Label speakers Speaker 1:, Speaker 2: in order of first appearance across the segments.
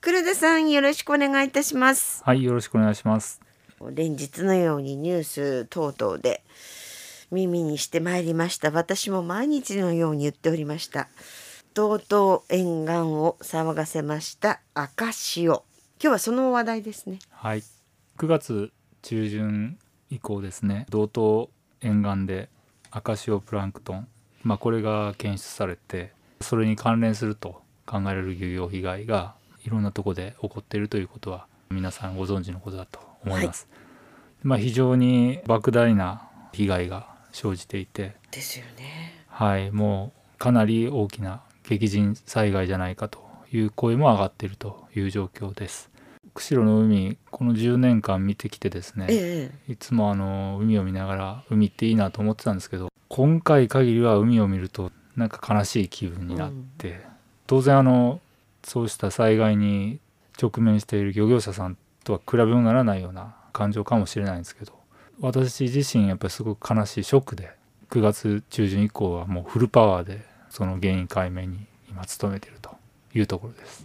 Speaker 1: 田さんよろしくお願いいたします
Speaker 2: はい、よろしくお願いします。
Speaker 1: 連日のようにニュース等々で耳にしてまいりました私も毎日のように言っておりましたとうとう沿岸を騒がせました赤潮今日はその話題ですね
Speaker 2: はい、9月中旬以降ですね、道東沿岸で赤潮プランクトン、まあこれが検出されて、それに関連すると考えられる漁業被害がいろんなとこで起こっているということは皆さんご存知のことだと思います。まあ非常に莫大な被害が生じていて、
Speaker 1: ですよね
Speaker 2: はい、もうかなり大きな激甚災害じゃないかという声も上がっているという状況です。釧路の海、この10年間見てきてですね、
Speaker 1: ええ
Speaker 2: いつもあの海を見ながら海っていいなと思ってたんですけど、今回限りは海を見るとなんか悲しい気分になって、当然あのそうした災害に直面している漁業者さんとは比べもならないような感情かもしれないんですけど私自身やっぱりすごく悲しいショックで9月中旬以降はもうフルパワーでその原因解明に今努めているというところです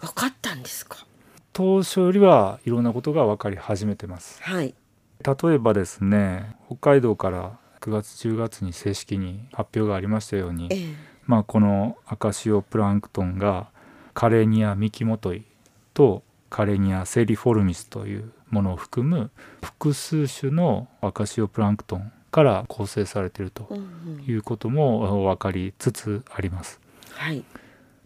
Speaker 1: 分かったんですか
Speaker 2: 当初よりはいろんなことが分かり始めてます
Speaker 1: はい
Speaker 2: 例えばですね北海道から9月10月に正式に発表がありましたように
Speaker 1: ええ
Speaker 2: まあ、この赤潮プランクトンがカレニアミキモトイとカレニアセリフォルミスというものを含む複数種の赤潮プランクトンから構成されている
Speaker 1: う
Speaker 2: と
Speaker 1: んうん
Speaker 2: いうことも分かりつつあります。
Speaker 1: はい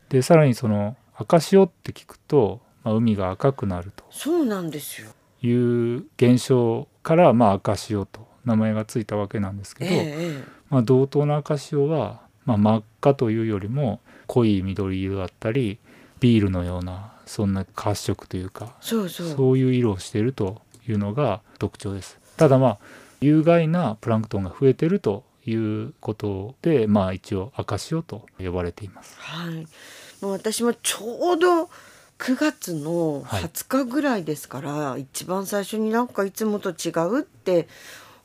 Speaker 2: でさらにその赤潮って聞くと、まあ、海が赤くなると
Speaker 1: そうなんですよ
Speaker 2: いう現象から、まあ、赤潮と名前がついたわけなんですけ
Speaker 1: え
Speaker 2: ど、
Speaker 1: ええ
Speaker 2: まあ、同等の赤潮は、まあ、真っ赤というよりも濃い緑色だったりビールのようなそんな褐色というか
Speaker 1: えそうそう
Speaker 2: そういう色をしているというのが特徴ですただまあ有害なプランクトンが増えているということでまあ一応赤潮と呼ばれています
Speaker 1: はい、もう私もちょうど9月の
Speaker 2: はい
Speaker 1: 20日ぐらいですから、一番最初になんかいつもと違うって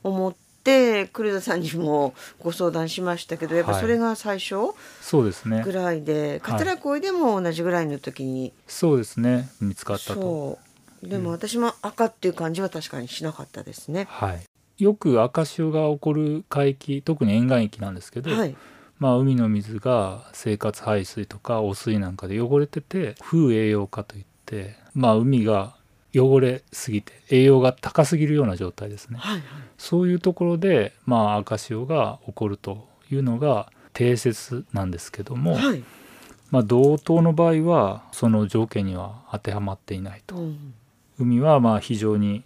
Speaker 1: 思って黒田さんにもご相談しましたけどやっぱ
Speaker 2: はい
Speaker 1: それが最初
Speaker 2: そうですね
Speaker 1: ぐらいで、
Speaker 2: はい
Speaker 1: 桂恋でも同じぐらいの時に、
Speaker 2: そうですね見つかったと
Speaker 1: そうでも私も赤っていう感じは確かにしなかったですね。
Speaker 2: はいよく赤潮が起こる海域特に沿岸域なんですけど、
Speaker 1: はい、
Speaker 2: まあ、海の水が生活排水とか汚水なんかで汚れてて風栄養化といって、まあ、海が汚れすぎて栄養が高すぎるような状態ですね
Speaker 1: はいはい
Speaker 2: そういうところで、まあ、赤潮が起こるというのが定説なんですけども、
Speaker 1: はい
Speaker 2: まあ、同等の場合はその条件には当てはまっていないと
Speaker 1: うん
Speaker 2: 海はまあ非常に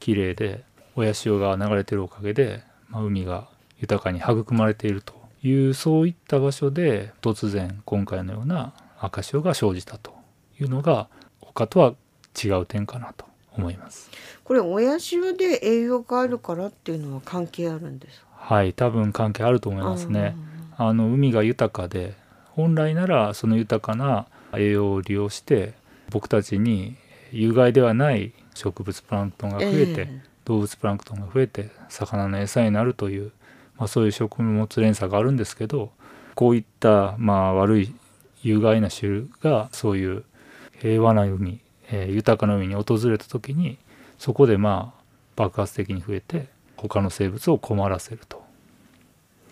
Speaker 2: 綺麗で親潮が流れてるおかげで、まあ、海が豊かに育まれているというそういった場所で突然今回のような赤潮が生じたというのが他とは違う点かなと思います。
Speaker 1: これ親潮で栄養があるからっていうのは関係あるんですか
Speaker 2: はい多分関係あると思いますね。あの海が豊かで本来ならその豊かな栄養を利用して僕たちに有害ではない植物プランクトンが増えて、
Speaker 1: ええ
Speaker 2: 動物プランクトンが増えて魚の餌になるという、まあ、そういう食物連鎖があるんですけどこういった、まあ、悪い有害な種がそういう平和な海、えー豊かな海に訪れた時にそこでまあ爆発的に増えて他の生物を困らせると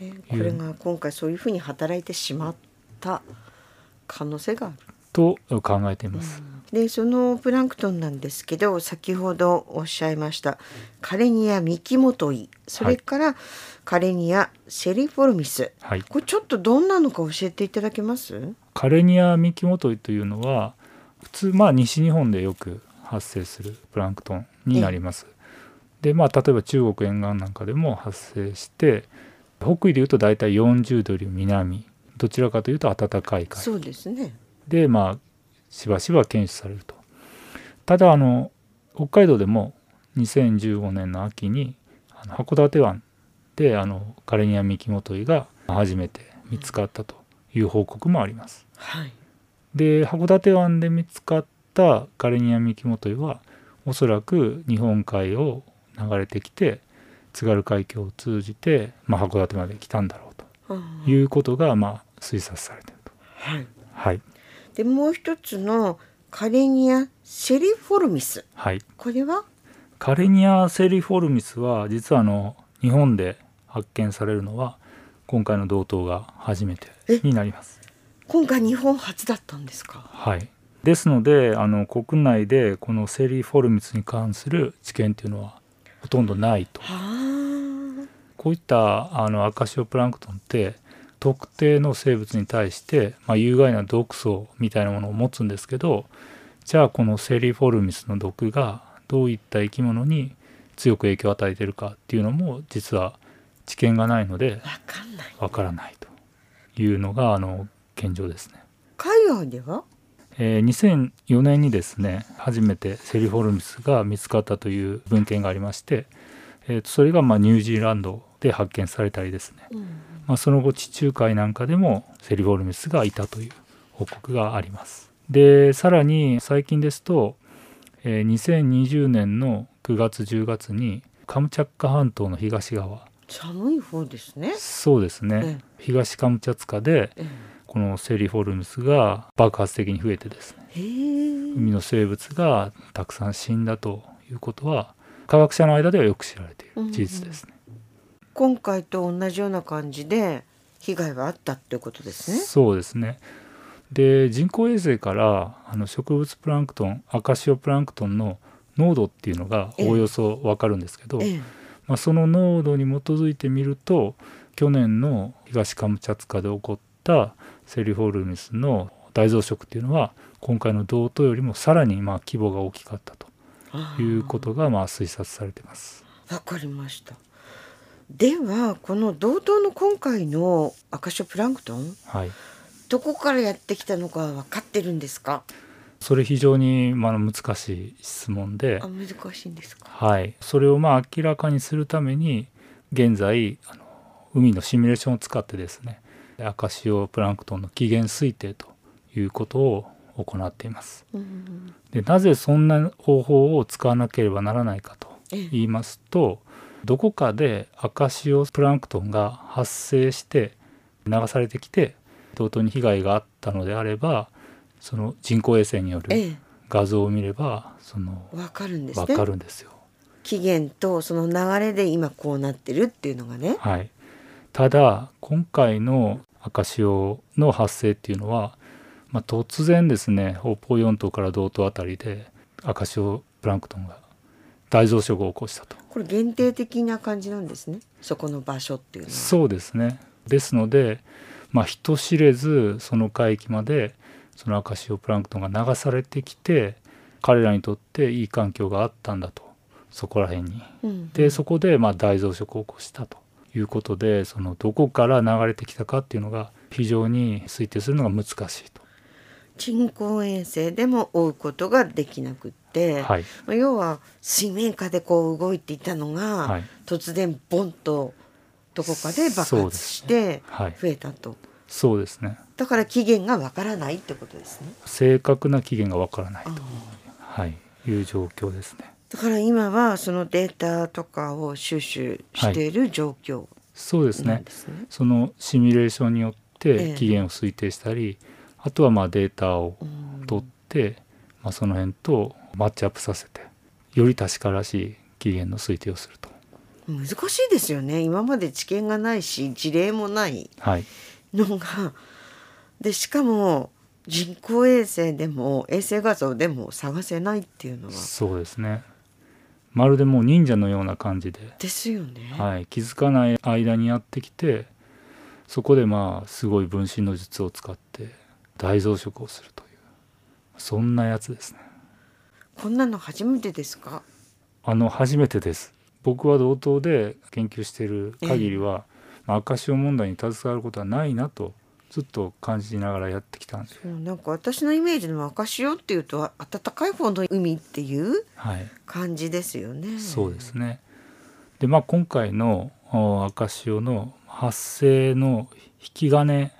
Speaker 1: ね、こ
Speaker 2: いう
Speaker 1: れが今回そういうふうに働いてしまった可能性がある。
Speaker 2: と考えています。
Speaker 1: でそのプランクトンなんですけど先ほどおっしゃいましたカレニアミキモトイそれから、カレニアセリフォルミス
Speaker 2: はい、
Speaker 1: これちょっとどんなのか教えていただけます
Speaker 2: カレニアミキモトイというのは普通まあ西日本でよく発生するプランクトンになります。でまあ例えば中国沿岸なんかでも発生して北緯でいうと大体40度より南どちらかというと暖かい海
Speaker 1: そうですね
Speaker 2: でまあしばしば検出されると。ただあの北海道でも2015年の秋にあの函館湾であのカレニアミキモトイが初めて見つかったという報告もあります。
Speaker 1: はい
Speaker 2: で函館湾で見つかったカレニアミキモトイはおそらく日本海を流れてきて津軽海峡を通じて、まあ、函館まで来たんだろう
Speaker 1: うん
Speaker 2: ということが、まあ、推察されていると。
Speaker 1: はい
Speaker 2: はい、
Speaker 1: でもう一つのカレニア・シェリフォルミス
Speaker 2: はい
Speaker 1: これは
Speaker 2: カレニア・セリフォルミスは実はあの日本で発見されるのは今回の同等が初めてになります。
Speaker 1: 今回日本初だったんですか
Speaker 2: はい、ですのであの国内でこのセリフォルミスに関する知見というのはほとんどないと
Speaker 1: はあ
Speaker 2: こういったあのアカシオプランクトンって特定の生物に対して、まあ、有害な毒素みたいなものを持つんですけどじゃあこのセリフォルミスの毒がどういった生き物に強く影響を与えているかっていうのも実は知見がないので
Speaker 1: わかんない
Speaker 2: わからないというのがあの現状ですね。
Speaker 1: 海外では
Speaker 2: えー2004年にですね初めてセリフォルミスが見つかったという文献がありまして、えーとそれがまあニュージーランドで発見されたりですね
Speaker 1: うん
Speaker 2: まあ、その後地中海なんかでもセリフォルミスがいたという報告があります。でさらに最近ですと、えー2020年の9月10月にカムチャッカ半島の東側
Speaker 1: 寒い方ですね
Speaker 2: そうですね、東カムチャツカで
Speaker 1: え
Speaker 2: このセリフォルミスが爆発的に増えてですね
Speaker 1: えへえ
Speaker 2: 海の生物がたくさん死んだということは科学者の間ではよく知られている事実ですね。
Speaker 1: 今回と同じような感じで被害があったっていうことですね
Speaker 2: そうですね。で人工衛星からあの植物プランクトンアカシオプランクトンの濃度っていうのが
Speaker 1: ええ
Speaker 2: おおよそわかるんですけど、
Speaker 1: ええ
Speaker 2: まあ、その濃度に基づいてみると去年の東カムチャツカで起こったセリフォルミスの大増殖っていうのは今回の同等よりもさらにまあ規模が大きかったと
Speaker 1: ああ
Speaker 2: いうことがまあ推察されてます。
Speaker 1: わかりました。ではこの同等の今回の赤所プランクトン
Speaker 2: はい
Speaker 1: どこからやってきたのかは分かってるんですか？
Speaker 2: それ非常にまあ難しい質問で
Speaker 1: あ難しいんですか？
Speaker 2: はい、それをまあ明らかにするために現在あの海のシミュレーションを使ってですね赤潮プランクトンの起源推定ということを行っています
Speaker 1: うん
Speaker 2: でなぜそんな方法を使わなければならないかと言いますとどこかで赤潮プランクトンが発生して流されてきて同等に被害があったのであればその人工衛星によ
Speaker 1: え
Speaker 2: る
Speaker 1: え
Speaker 2: 画像を見ればその
Speaker 1: 分かるんです
Speaker 2: わ
Speaker 1: ね
Speaker 2: か。るんですよ。
Speaker 1: 期限とその流れで今こうなってるっていうのがね。
Speaker 2: はい、ただ今回の赤潮の発生っていうのは、まあ、突然ですね北方四島から道東あたりで赤潮プランクトンが大増殖を起こしたと、
Speaker 1: これ限定的な感じなんですね。そこの場所っていうのは。
Speaker 2: そうですねですので、まあ、人知れずその海域までその赤潮プランクトンが流されてきて彼らにとっていい環境があったんだとそこら辺に
Speaker 1: うん
Speaker 2: でそこでまあ大増殖を起こしたということでそのどこから流れてきたかっていうのが非常に推定するのが難しいと。
Speaker 1: 人工衛星でも追うことができなくって、
Speaker 2: はい
Speaker 1: まあ要は水面下でこう動いていたのが、
Speaker 2: はい
Speaker 1: 突然ボンとどこかで爆発して
Speaker 2: はい、
Speaker 1: 増えたと、
Speaker 2: そうですね
Speaker 1: だから期限がわからないってことですね
Speaker 2: 正確な期限がわからないと、
Speaker 1: あ
Speaker 2: はい、いう状況ですね。
Speaker 1: ーだから今はそのデータとかを収集している状況
Speaker 2: そうです
Speaker 1: なん
Speaker 2: ね
Speaker 1: ですね。
Speaker 2: そのシミュレーションによっ
Speaker 1: ええ
Speaker 2: て期限を推定したり、あとはまあデータを
Speaker 1: うん
Speaker 2: 取って、まあ、その辺とマッチアップさせてより確からしい期限の推定をすると。
Speaker 1: 難しいですよね今まで知見がないし事例もない
Speaker 2: はい
Speaker 1: のがでしかも人工衛星でも衛星画像でも探せないっていうのは
Speaker 2: そうですねまるでもう忍者のような感じで、
Speaker 1: ですよね。
Speaker 2: はい、気づかない間にやってきてそこでまあすごい分身の術を使って大増殖をするというそんなやつですね
Speaker 1: こんなの初めてですか
Speaker 2: あの初めてです僕は同等で研究している限りは、まあ、赤潮問題に携わることはないなとずっと感じながらやってきたんで、
Speaker 1: そうなんか私のイメージの赤潮っていうとあ暖かい方の海っていう
Speaker 2: はい、
Speaker 1: 感じですよね。
Speaker 2: そうですね。でまあ今回のお赤潮の発生の引き金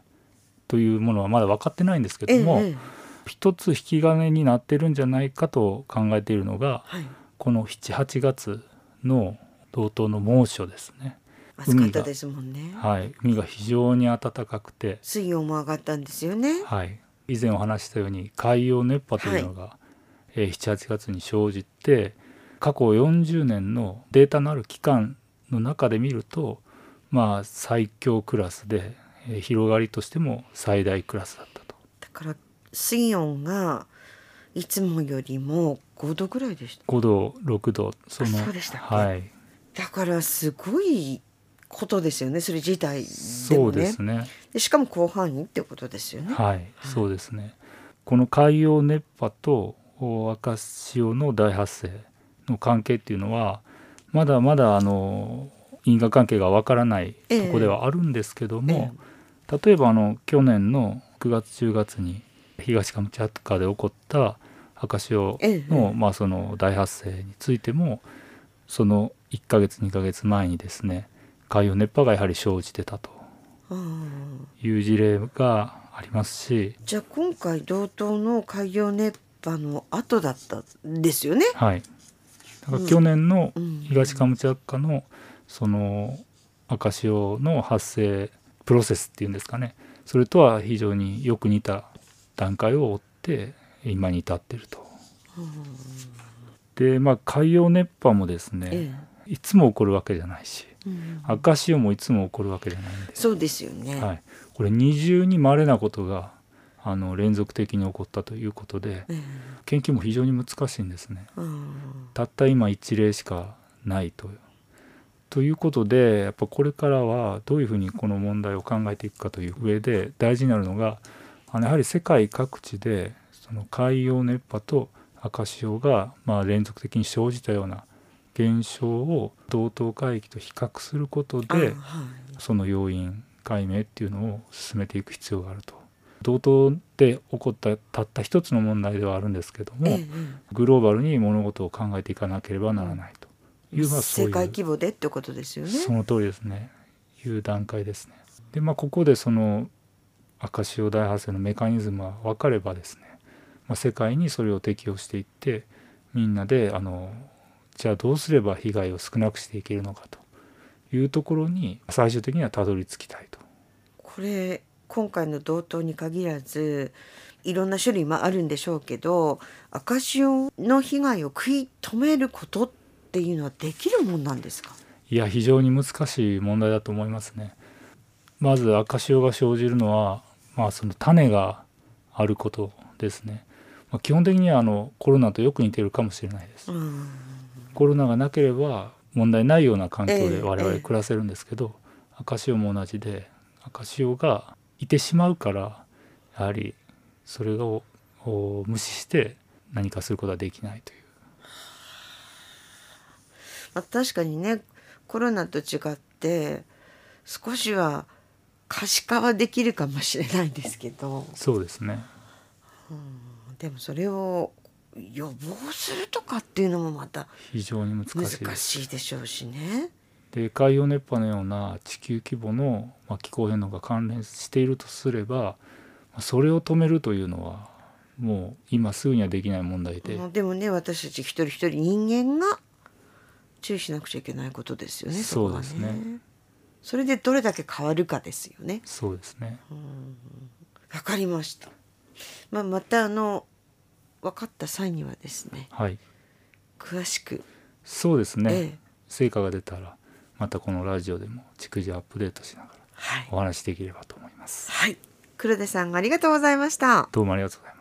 Speaker 2: というものはまだ分かってないんですけ
Speaker 1: ええ
Speaker 2: ども、
Speaker 1: ええ
Speaker 2: 一つ引き金になってるんじゃないかと考えているのが
Speaker 1: はい。
Speaker 2: この78月の同等の猛暑ですね。
Speaker 1: 暑かったですもんね。
Speaker 2: はい、海が非常に暖かくて、
Speaker 1: 水温も上がったんですよね。
Speaker 2: はい、以前お話ししたように海洋熱波というのが、えー78月に生じて過去40年のデータのある期間の中で見るとまあ最強クラスで、えー広がりとしても最大クラスだったと。
Speaker 1: だから水温がいつもよりも5度ぐらいでした
Speaker 2: 5度6度その
Speaker 1: そうでしたっけ
Speaker 2: はい
Speaker 1: だからすごいことですよねそれ自体で
Speaker 2: そ
Speaker 1: も
Speaker 2: うで
Speaker 1: ね
Speaker 2: すね
Speaker 1: でしかも広範囲ってことですよね
Speaker 2: はい、そうですね。この海洋熱波とお赤潮の大発生の関係っていうのはまだまだあの因果関係がわからないと
Speaker 1: ええ
Speaker 2: こではあるんですけども
Speaker 1: え、
Speaker 2: 例えばあの去年の9月10月に東カムチャツカで起こった赤潮
Speaker 1: ええ
Speaker 2: の,、まあその大発生についてもその1ヶ月2ヶ月前にですね海洋熱波がやはり生じてたと
Speaker 1: うん
Speaker 2: いう事例がありますし、
Speaker 1: じゃあ今回同等の海洋熱波の後だったんですよね
Speaker 2: はい、だか
Speaker 1: うん
Speaker 2: ら去年の
Speaker 1: うん
Speaker 2: 東カムチャツカのその赤潮の発生プロセスっていうんですかねそれとは非常によく似た段階を追って今に至ってると。でまあ海洋熱波もですね
Speaker 1: え
Speaker 2: いつも起こるわけじゃないし
Speaker 1: えうん
Speaker 2: 赤潮もいつも起こるわけじゃないんで
Speaker 1: そうですよね、
Speaker 2: はい、これ二重に稀なことがあの連続的に起こったということで
Speaker 1: ええ
Speaker 2: 研究も非常に難しいんですね。
Speaker 1: うん
Speaker 2: たった今一例しかないと。ということでやっぱこれからはどういうふうにこの問題を考えていくかという上で大事になるのがあのやはり世界各地でその海洋熱波と赤潮がまあ連続的に生じたような現象を同等海域と比較すること
Speaker 1: あ
Speaker 2: で
Speaker 1: はい
Speaker 2: その要因解明っていうのを進めていく必要があると。同等で起こったたった一つの問題ではあるんですけども、
Speaker 1: ええ
Speaker 2: グローバルに物事を考えていかなければならないという、まあそうい
Speaker 1: 世
Speaker 2: う
Speaker 1: 界規模でってことですよね。
Speaker 2: その通りですねいう段階ですねでまあここでその赤潮大発生のメカニズムが分かればですね、まあ、世界にそれを適用していってみんなであのじゃあどうすれば被害を少なくしていけるのかというところに最終的にはたどり着きたいと
Speaker 1: これ今回の同等に限らずいろんな種類もあるんでしょうけど赤潮の被害を食い止めることっていうのはできるもんなんですか
Speaker 2: いや非常に難しい問題だと思いますね。まず赤潮が生じるのは、まあ、その種があることですね。まあ、基本的にはあのコロナとよく似てるかもしれないです
Speaker 1: う。ん
Speaker 2: コロナがなければ問題ないような環境
Speaker 1: ええ
Speaker 2: で我
Speaker 1: え
Speaker 2: 々
Speaker 1: え
Speaker 2: 暮らせるんですけど、赤潮も同じで赤潮がいてしまうからやはりそれをを無視して何かすることはできないという。
Speaker 1: まあ、確かにねコロナと違って少しは可視化はできるかもしれないですけど
Speaker 2: そうですね。
Speaker 1: でもそれを予防するとかっていうのもまた
Speaker 2: 非常に難しい
Speaker 1: 難
Speaker 2: です。
Speaker 1: しいでしょうしね。
Speaker 2: で海洋熱波のような地球規模の、まあ、気候変動が関連しているとすればまあそれを止めるというのはもう今すぐにはできない問題で、
Speaker 1: まあでもね私たち一人一人人間が注意しなくちゃいけないことですよねこは
Speaker 2: そうですね
Speaker 1: それでどれだけ変わるかですよね
Speaker 2: そうですね
Speaker 1: わかりました、まあ、またあの分かった際にはですね
Speaker 2: はい
Speaker 1: 詳しく、
Speaker 2: そうですね、
Speaker 1: ええ
Speaker 2: 成果が出たらまたこのラジオでも逐次アップデートしながら
Speaker 1: はい
Speaker 2: お話しできればと思います
Speaker 1: はい、黒田さんありがとうございました
Speaker 2: どうもありがとうございました